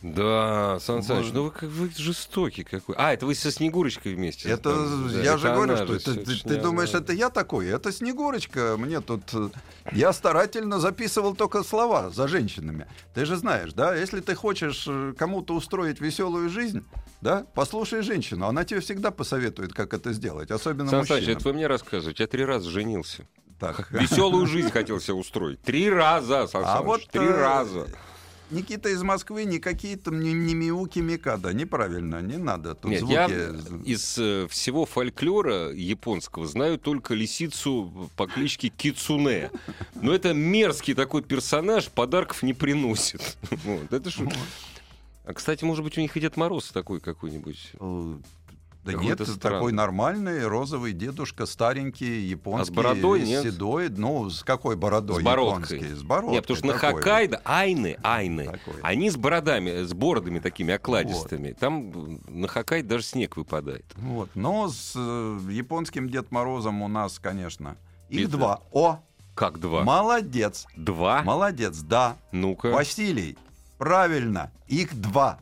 S1: Да, Сан Саныч,
S2: Боже.
S1: ну вы, как- вы жестокий какой. А, это вы со Снегурочкой вместе.
S2: Это
S1: Да,
S2: я
S1: это
S2: же говорю,
S1: она
S2: что
S1: же,
S2: это- ты,
S1: всё-таки
S2: ты
S1: она.
S2: думаешь, это я такой? Это Снегурочка. Мне тут э, я старательно записывал только слова за женщинами. Ты же знаешь, да? Если ты хочешь э, кому-то устроить веселую жизнь, да, послушай женщину, она тебе всегда посоветует, как это сделать, особенно
S1: Сан Саныч,
S2: мужчинам.
S1: это вы мне рассказываете. Я три раза женился.
S2: Так.
S1: Веселую жизнь хотел себе устроить. Три раза, Сан
S2: А
S1: Саныч,
S2: вот,
S1: три
S2: э,
S1: раза.
S2: Никита из Москвы, никакие там не, не миуки Микада, неправильно, не надо. Тут
S1: Нет,
S2: звуки.
S1: я из э, всего фольклора японского знаю только лисицу по кличке Кицуне. Но это мерзкий такой персонаж, подарков не приносит. [LAUGHS] Вот, это ж- А, кстати, может быть, у них и Дед Мороз такой какой-нибудь.
S2: Э, Да
S1: Какой-то
S2: нет, это
S1: странный.
S2: такой нормальный розовый дедушка, старенький, японский,
S1: бородой нет?
S2: седой. Ну, с какой бородой
S1: С бородкой.
S2: японский? С бородкой.
S1: Нет, потому что на
S2: такой вот.
S1: Хоккайдо айны, айны,
S2: Такой.
S1: они с бородами, э, с бородами такими окладистыми. Там э, на Хоккайдо даже снег выпадает.
S2: Вот. Но с э, японским Дед Морозом у нас, конечно, их
S1: Это-
S2: два. О,
S1: Как два?
S2: молодец,
S1: Два?
S2: молодец, да.
S1: Ну-ка.
S2: Василий, правильно, их два,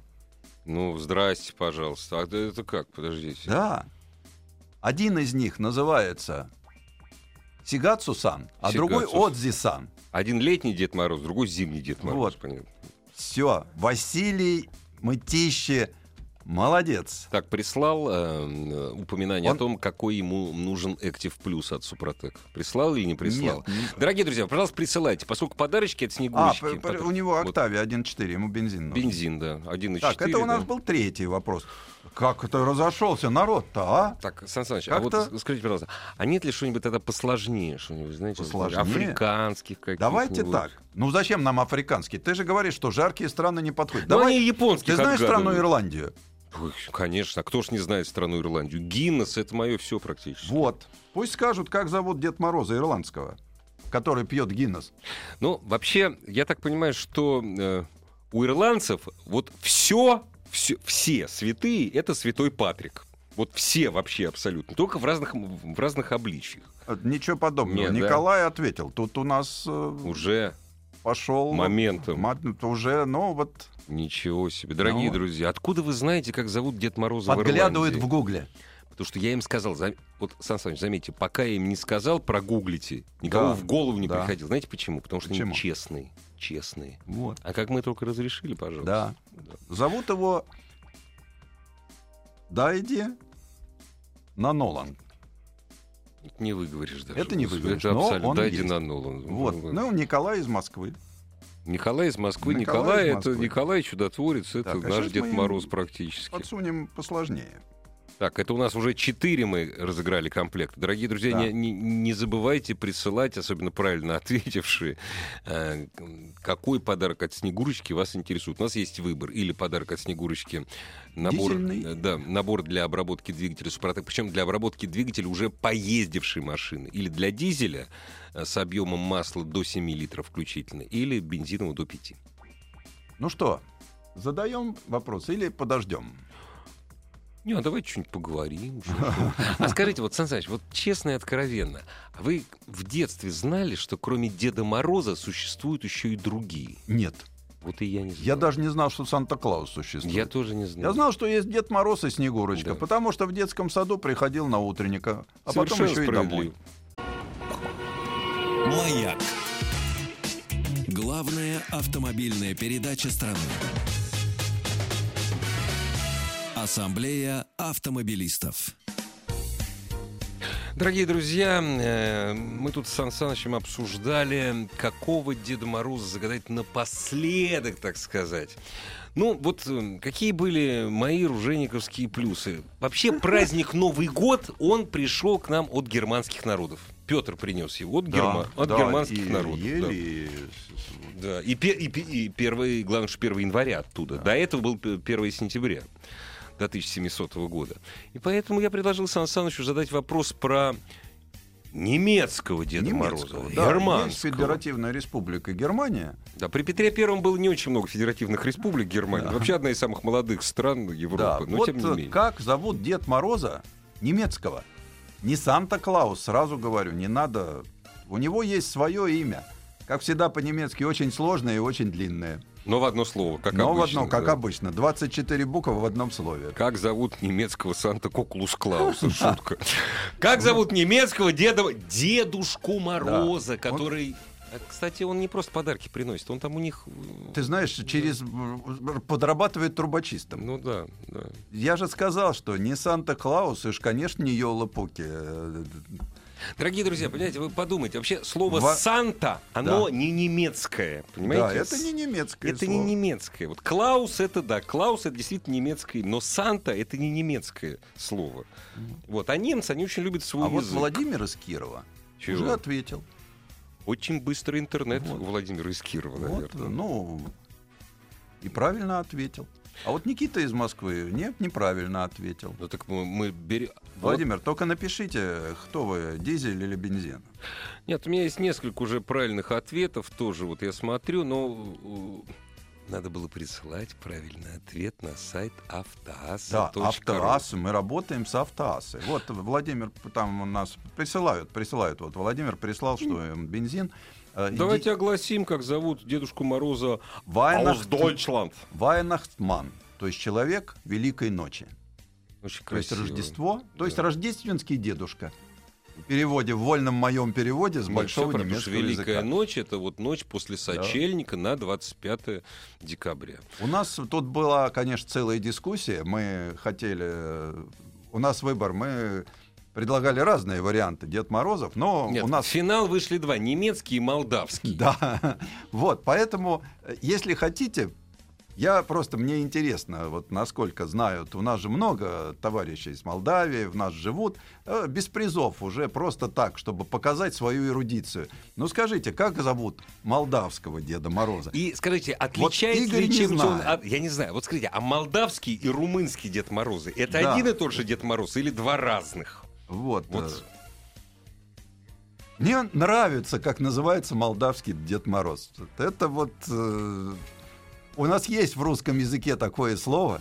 S1: Ну, здрасте, пожалуйста. А это- это как? Подождите.
S2: да. Один из них называется Сигацу-сан, а другой
S1: Сигацу-сан.
S2: Отзи-сан.
S1: Один летний Дед Мороз, другой зимний Дед Мороз.
S2: Вот.
S1: понятно.
S2: Все, Василий Мытище, молодец.
S1: Так, прислал эм, э, упоминание о
S2: Он-
S1: том, какой ему нужен Актив Плюс от Супротек. Прислал или не прислал?
S2: Нет, не-
S1: Дорогие друзья, пожалуйста, присылайте, поскольку подарочки от
S2: А,
S1: Снегурочки.
S2: п- п-
S1: Потом-
S2: у него
S1: вот
S2: Октавия 1.4, ему бензин нужен.
S1: бензин, да, 1,4.
S2: Так, это у
S1: да.
S2: нас был третий вопрос. Как это разошелся народ-то, а?
S1: Так, Сан Саныч, а вот
S2: Как-то-
S1: с- скажите, пожалуйста, а нет ли что-нибудь тогда посложнее, что-нибудь, знаете,
S2: Посложнее?
S1: африканских каких-нибудь?
S2: Давайте так. Ну зачем нам африканский? Ты же говоришь, что жаркие страны не подходят.
S1: Ну,
S2: Давай.
S1: они японских
S2: Ты знаешь страну
S1: отгадывают.
S2: Ирландию?
S1: Ой, Конечно, а кто ж не знает страну Ирландию? Гиннес — это мое все практически.
S2: Вот. Пусть скажут, как зовут Дед Мороза ирландского, который пьет Гиннес.
S1: Ну, вообще, я так понимаю, что э, у ирландцев вот все, все, святые — это святой Патрик. Вот все вообще абсолютно. Только в разных, м- в разных обличьях.
S2: Э, Ничего подобного.
S1: Нет, да.
S2: Николай ответил. Тут у нас э,
S1: Уже
S2: пошел
S1: моментом.
S2: уже, ну вот
S1: Ничего себе. Дорогие
S2: Ну.
S1: друзья, откуда вы знаете, как зовут Дед Мороза
S2: подглядывает
S1: в
S2: в
S1: Ирландии?
S2: Гугле.
S1: Потому что я им сказал... за- Вот, Сан Саныч, заметьте, пока я им не сказал, прогуглите. Никого
S2: Да,
S1: в голову не
S2: да.
S1: приходило. Знаете почему? Потому что
S2: Почему?
S1: они честные. Честные.
S2: Вот.
S1: А как мы только разрешили, пожалуйста.
S2: Да. Зовут его Дайди Нанолан.
S1: Это Не выговоришь даже.
S2: Это не
S1: Господи,
S2: выговоришь,
S1: Это
S2: но
S1: абсолютно.
S2: он
S1: Да,
S2: есть.
S1: Дина Нолан.
S2: Вот.
S1: Ну,
S2: Ну, Николай из Москвы.
S1: Николай из Москвы.
S2: Николай
S1: Николай,
S2: из
S1: это
S2: Москвы.
S1: Николай чудотворец. Это
S2: Так, а
S1: наш
S2: щас
S1: Дед
S2: мы им
S1: Мороз практически.
S2: Подсунем посложнее.
S1: Так, это у нас уже четыре мы разыграли комплект. Дорогие друзья,
S2: Да.
S1: не, не- не забывайте присылать, особенно правильно [LAUGHS] ответившие, э, какой подарок от Снегурочки вас интересует. У нас есть выбор. Или подарок от Снегурочки, набор,
S2: Дизельный.
S1: э, да, набор для обработки двигателя Супротек, причем для обработки двигателя уже поездившей машины. Или для дизеля э, с объемом масла до 7 литров включительно, или бензинового до 5.
S2: Ну что, задаем вопрос или подождем?
S1: Не, а давайте что-нибудь
S2: [LAUGHS]
S1: поговорим. что-нибудь. А скажите, вот, Сан Саныч, вот честно и откровенно, а вы в детстве знали, что кроме Деда Мороза существуют еще и другие?
S2: Нет.
S1: Вот и я не знал.
S2: Я даже не знал, что Санта-Клаус существует.
S1: Я тоже не знал.
S2: Я знал, что есть Дед Мороз и Снегурочка,
S1: Да.
S2: потому что в детском саду приходил на утренника, а
S1: Совершенно
S2: потом еще и
S1: справедливо.
S2: домой.
S3: Маяк. Главная автомобильная передача страны. Ассамблея автомобилистов.
S1: Дорогие друзья, э, мы тут с Сан Санычем обсуждали, какого Деда Мороза загадать напоследок, так сказать. Ну, вот э, какие были мои ружейниковские плюсы?
S2: [LAUGHS]
S1: Вообще, праздник Новый год, он пришел к нам от германских народов. Петр принес его от, герма- от
S2: да,
S1: германских
S2: и
S1: народов. да.
S2: ели, и с-
S1: Да, и, пе- и пе- и первый, главное, что 1 января оттуда. До этого был п- 1 сентября до 1700 года. И поэтому я предложил Сан Санычу задать вопрос про немецкого Деда
S2: немецкого,
S1: Мороза,
S2: да, есть
S1: германского.
S2: Федеративная Республика Германия.
S1: Да, при Петре Первом было не очень много федеративных республик Германии. Вообще одна из самых молодых стран
S2: Да,
S1: Европы, но
S2: вот
S1: тем не
S2: э,
S1: менее.
S2: как зовут Дед Мороза немецкого? Не Санта-Клаус, сразу говорю, не надо. У него есть свое имя. Как всегда, по-немецки очень сложное и очень длинное.
S1: Но в одно слово, как
S2: Но
S1: обычно.
S2: в одном, как
S1: да.
S2: обычно, 24 буквы в одном слове.
S1: Как зовут немецкого Санта Куклус
S2: [LAUGHS]
S1: Клауса? Шутка. Как зовут немецкого деда... Дедушку Мороза, который... А, Кстати, он не просто подарки приносит, он там у них... э,
S2: Ты знаешь, через м, подрабатывает трубочистом.
S1: Ну да, да.
S2: Я же сказал, что не Санта-Клаус, и уж, конечно, не э, Йола Пуки.
S1: Дорогие друзья, понимаете, вы подумайте, вообще слово
S2: Ва-
S1: «санта», оно не немецкое, понимаете?
S2: Да, это не немецкое
S1: Это не
S2: слово.
S1: немецкое. Вот Клаус это да, Клаус это действительно немецкое, но Санта это не немецкое слово. Вот, а немцы они очень любят свой
S2: А вот
S1: язык.
S2: Владимир из Кирова
S1: Чего?
S2: уже ответил.
S1: Очень быстрый интернет
S2: Вот.
S1: у Владимира из Кирова,
S2: Вот,
S1: наверное.
S2: ну, и правильно ответил. А вот Никита из Москвы, нет, неправильно ответил.
S1: Ну так мы, мы берем.
S2: Владимир, только напишите, кто вы, дизель или бензин.
S1: Нет, у меня есть несколько уже правильных ответов тоже. Вот я смотрю, но э, надо было присылать правильный ответ на сайт автоаса.
S2: Да, автоассы, мы работаем с автоассой. Вот Владимир, там у нас присылают, присылают. Вот Владимир прислал, что э, бензин. э, иди-
S1: Давайте огласим, как зовут Дедушку Мороза а
S2: Вайнахт-
S1: Дойчланд.
S2: Вайнахтман, то есть человек Великой Ночи.
S1: Очень
S2: То есть
S1: красиво.
S2: Рождество, то есть
S1: Да.
S2: рождественский дедушка. В переводе, в вольном моем переводе с
S1: Ну,
S2: большого
S1: всё правильно, потому что
S2: немецкого
S1: Великая
S2: языка.
S1: ночь это вот ночь после сочельника на 25 декабря.
S2: У нас тут была, конечно, целая дискуссия. Мы хотели... э, У нас выбор. Мы предлагали разные варианты Дед Морозов, но
S1: Нет,
S2: у нас...
S1: в финал вышли два немецкий и молдавский.
S2: Да. Вот, поэтому, э, если хотите, я просто, мне интересно, вот насколько знают, у нас же много товарищей из Молдавии, в нас живут, э, без призов уже, просто так, чтобы показать свою эрудицию. Ну скажите, как зовут молдавского Деда Мороза?
S1: И скажите, отличается
S2: Игорь
S1: ли
S2: не
S1: чем-то он
S2: знает.
S1: от- Я не знаю. Вот скажите, а молдавский и румынский Дед Морозы это
S2: Да.
S1: один и тот же Дед Мороз или два разных?
S2: Вот.
S1: Вот.
S2: э, Мне нравится, как называется молдавский Дед Мороз. Это вот... э, у нас есть в русском языке такое слово.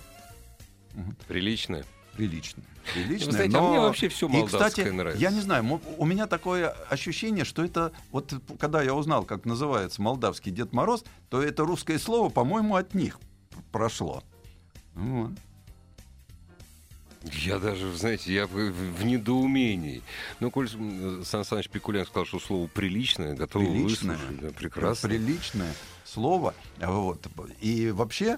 S1: Приличное.
S2: Прилично. Прилично.
S1: Вы знаете, а
S2: но...
S1: мне вообще всё
S2: И, кстати,
S1: молдавское нравится.
S2: Я не знаю, мо- у меня такое ощущение, что это вот когда я узнал, как называется молдавский Дед Мороз, то это русское слово, по-моему, от них прошло. Вот.
S1: Я даже, знаете, я в, в- в недоумении. Ну, коль м, Сан Саныч Пикулян сказал, что слово приличное, готово
S2: приличное,
S1: выслушать. Да, прекрасно.
S2: приличное слово. Вот. И вообще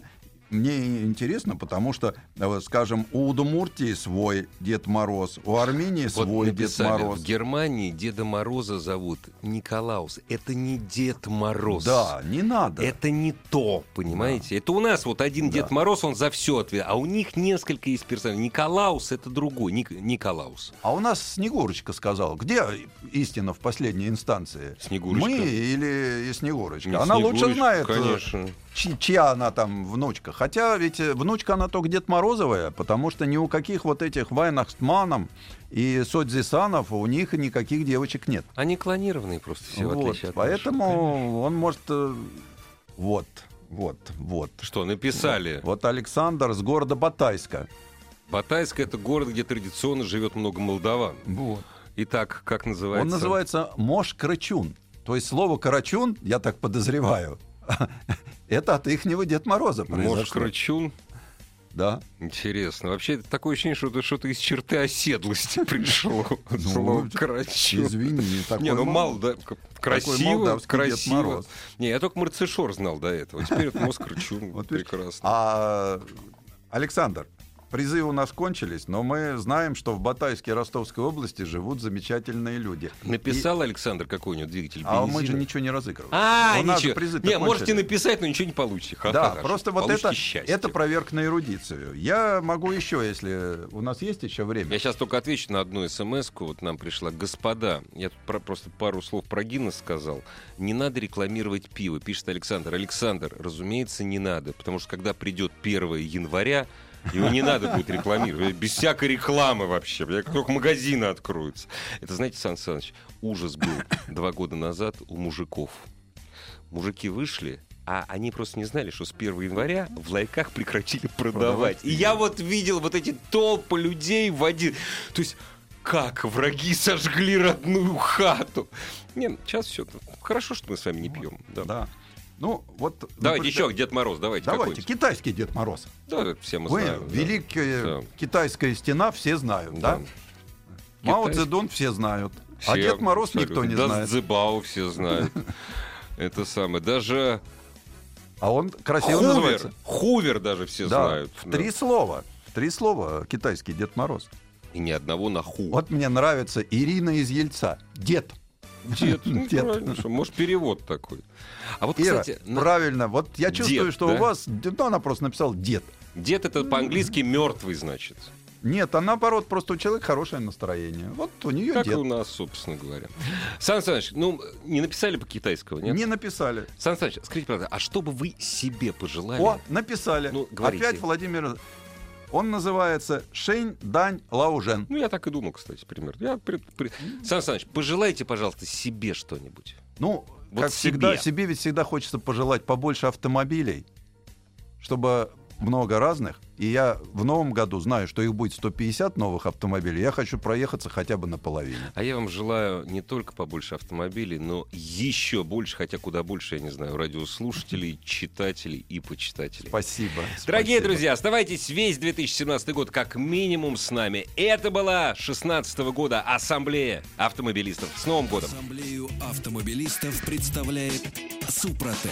S2: мне интересно, потому что, э, скажем, у Удмуртии свой Дед Мороз, у Армении
S1: Вот
S2: свой Дед
S1: написали,
S2: Мороз.
S1: В Германии Деда Мороза зовут Николаус. Это не Дед Мороз.
S2: Да, не надо.
S1: Это не то, понимаете? Это у нас вот один
S2: Да.
S1: Дед Мороз, он за все отвечает, а у них несколько есть персонажей. Николаус это другой, Ник- Николаус.
S2: А у нас Снегурочка сказала, где истина в последней инстанции?
S1: Снегурочка.
S2: Мы или Снегурочка?
S1: Не
S2: она лучше
S1: Снегурочка,
S2: знает, э,
S1: конечно.
S2: чи- чья она там внучка. Хотя ведь э, внучка она только Дед Морозовая, потому что ни у каких вот этих Вайнахтманов и Содзисанов у них никаких девочек нет.
S1: Они клонированные просто все, в
S2: вот,
S1: отличие от нашего, конечно.
S2: поэтому он может... э, Вот, вот, вот.
S1: Что, написали?
S2: Вот Александр с города Батайска.
S1: Батайск — это город, где традиционно живет много молдаван.
S2: Вот.
S1: Итак, как называется?
S2: Он называется Мош Крачун. То есть слово Карачун, я так подозреваю, [LAUGHS] это от ихнего Дед Мороза
S1: Может,
S2: произошло.
S1: Крычун?
S2: Да.
S1: Интересно. Вообще, это такое ощущение, что это что-то из черты оседлости [LAUGHS] пришло. Слово «крачун». [LAUGHS]
S2: Ну, Извини, такой
S1: Не, ну
S2: мал-
S1: мало, да, к- красиво,
S2: молдавский Дед
S1: красиво.
S2: Мороз.
S1: Не, я только Марцишор знал до этого. Теперь это мозг
S2: Вот видишь.
S1: прекрасно.
S2: А, Александр, призы у нас кончились, но мы знаем, что в Батайске Ростовской области живут замечательные люди.
S1: Написал Александр, какой у него двигатель
S2: И- а
S1: бензина?
S2: мы же ничего не разыгрываем.
S1: А,
S2: У нас же
S1: ничего.
S2: призы-то
S1: Не, можете
S2: кончились.
S1: написать, но ничего не получите.
S2: Да,
S1: Ха-ха-ха.
S2: просто вот
S1: Получите
S2: это,
S1: счастье.
S2: это проверка на эрудицию. Я могу еще, если у нас есть еще время.
S1: Я сейчас только отвечу на одну смс Вот нам пришла. Господа, я тут про- просто пару слов про Гиннес сказал. Не надо рекламировать пиво, пишет Александр. Александр, разумеется, не надо. Потому что когда придет 1 января, его не надо будет рекламировать. Без всякой рекламы вообще. Бля, Как только магазины откроются. Это, знаете, Сан Саныч, ужас был два года назад у мужиков. Мужики вышли, а они просто не знали, что с 1 января в лайках прекратили продавать.
S2: Продавать
S1: И я вот видел вот эти толпы людей в один... То есть как враги сожгли родную хату. Не, ну, сейчас все. Хорошо, что мы с вами не пьем. Да.
S2: Да. Ну, вот...
S1: Давайте
S2: например,
S1: еще Дед Мороз, давайте.
S2: Давайте,
S1: какой-нибудь.
S2: китайский Дед Мороз.
S1: Да, все мы
S2: Вы,
S1: знаем. да.
S2: великая
S1: Да.
S2: китайская стена, все знают, да?
S1: Да.
S2: Мао
S1: Китайский.
S2: Цзэдун все знают.
S1: Все,
S2: а Дед Мороз никто
S1: абсолютно.
S2: не
S1: да,
S2: знает.
S1: Цзыбао все
S2: [LAUGHS]
S1: знают. Это самое. Даже
S2: А он красиво называется.
S1: Хувер. Хувер даже все
S2: да,
S1: знают.
S2: в
S1: да.
S2: три слова. В три слова китайский Дед Мороз.
S1: И ни одного на ху.
S2: Вот мне нравится Ирина из Ельца. Дед.
S1: Дед. Ну,
S2: Дед.
S1: правильно, что, Может, перевод такой. А вот,
S2: Ира,
S1: кстати, на-
S2: правильно. Вот я
S1: Дед,
S2: чувствую, что у
S1: да?
S2: вас... Ну, она просто написала дед.
S1: дед это по-английски мертвый, значит.
S2: Нет, она, наоборот, просто у человека хорошее настроение. Вот у нее
S1: Как и
S2: дед.
S1: у нас, собственно говоря. Сан Саныч, ну, не написали по-китайского, нет?
S2: Не написали.
S1: Сан Саныч, скажите, правда, а что бы вы себе пожелали?
S2: О, написали.
S1: Ну, говорите.
S2: Опять Владимир... Он называется Шень Дань Лаужен.
S1: Ну, я так и думал, кстати, примерно. Я при- при- Сан Саныч, пожелайте, пожалуйста, себе что-нибудь.
S2: Ну,
S1: Вот
S2: как всегда,
S1: себе.
S2: себе ведь всегда хочется пожелать побольше автомобилей, чтобы много разных. И я в новом году знаю, что их будет 150 новых автомобилей. Я хочу проехаться хотя бы наполовину.
S1: А я вам желаю не только побольше автомобилей, но еще больше, хотя куда больше, я не знаю, радиослушателей, читателей и почитателей.
S2: Спасибо.
S1: Дорогие
S2: спасибо.
S1: друзья, оставайтесь весь 2017 год как минимум с нами. Это была 16 года Ассамблея автомобилистов. С Новым годом!
S3: Ассамблею автомобилистов представляет Супротек.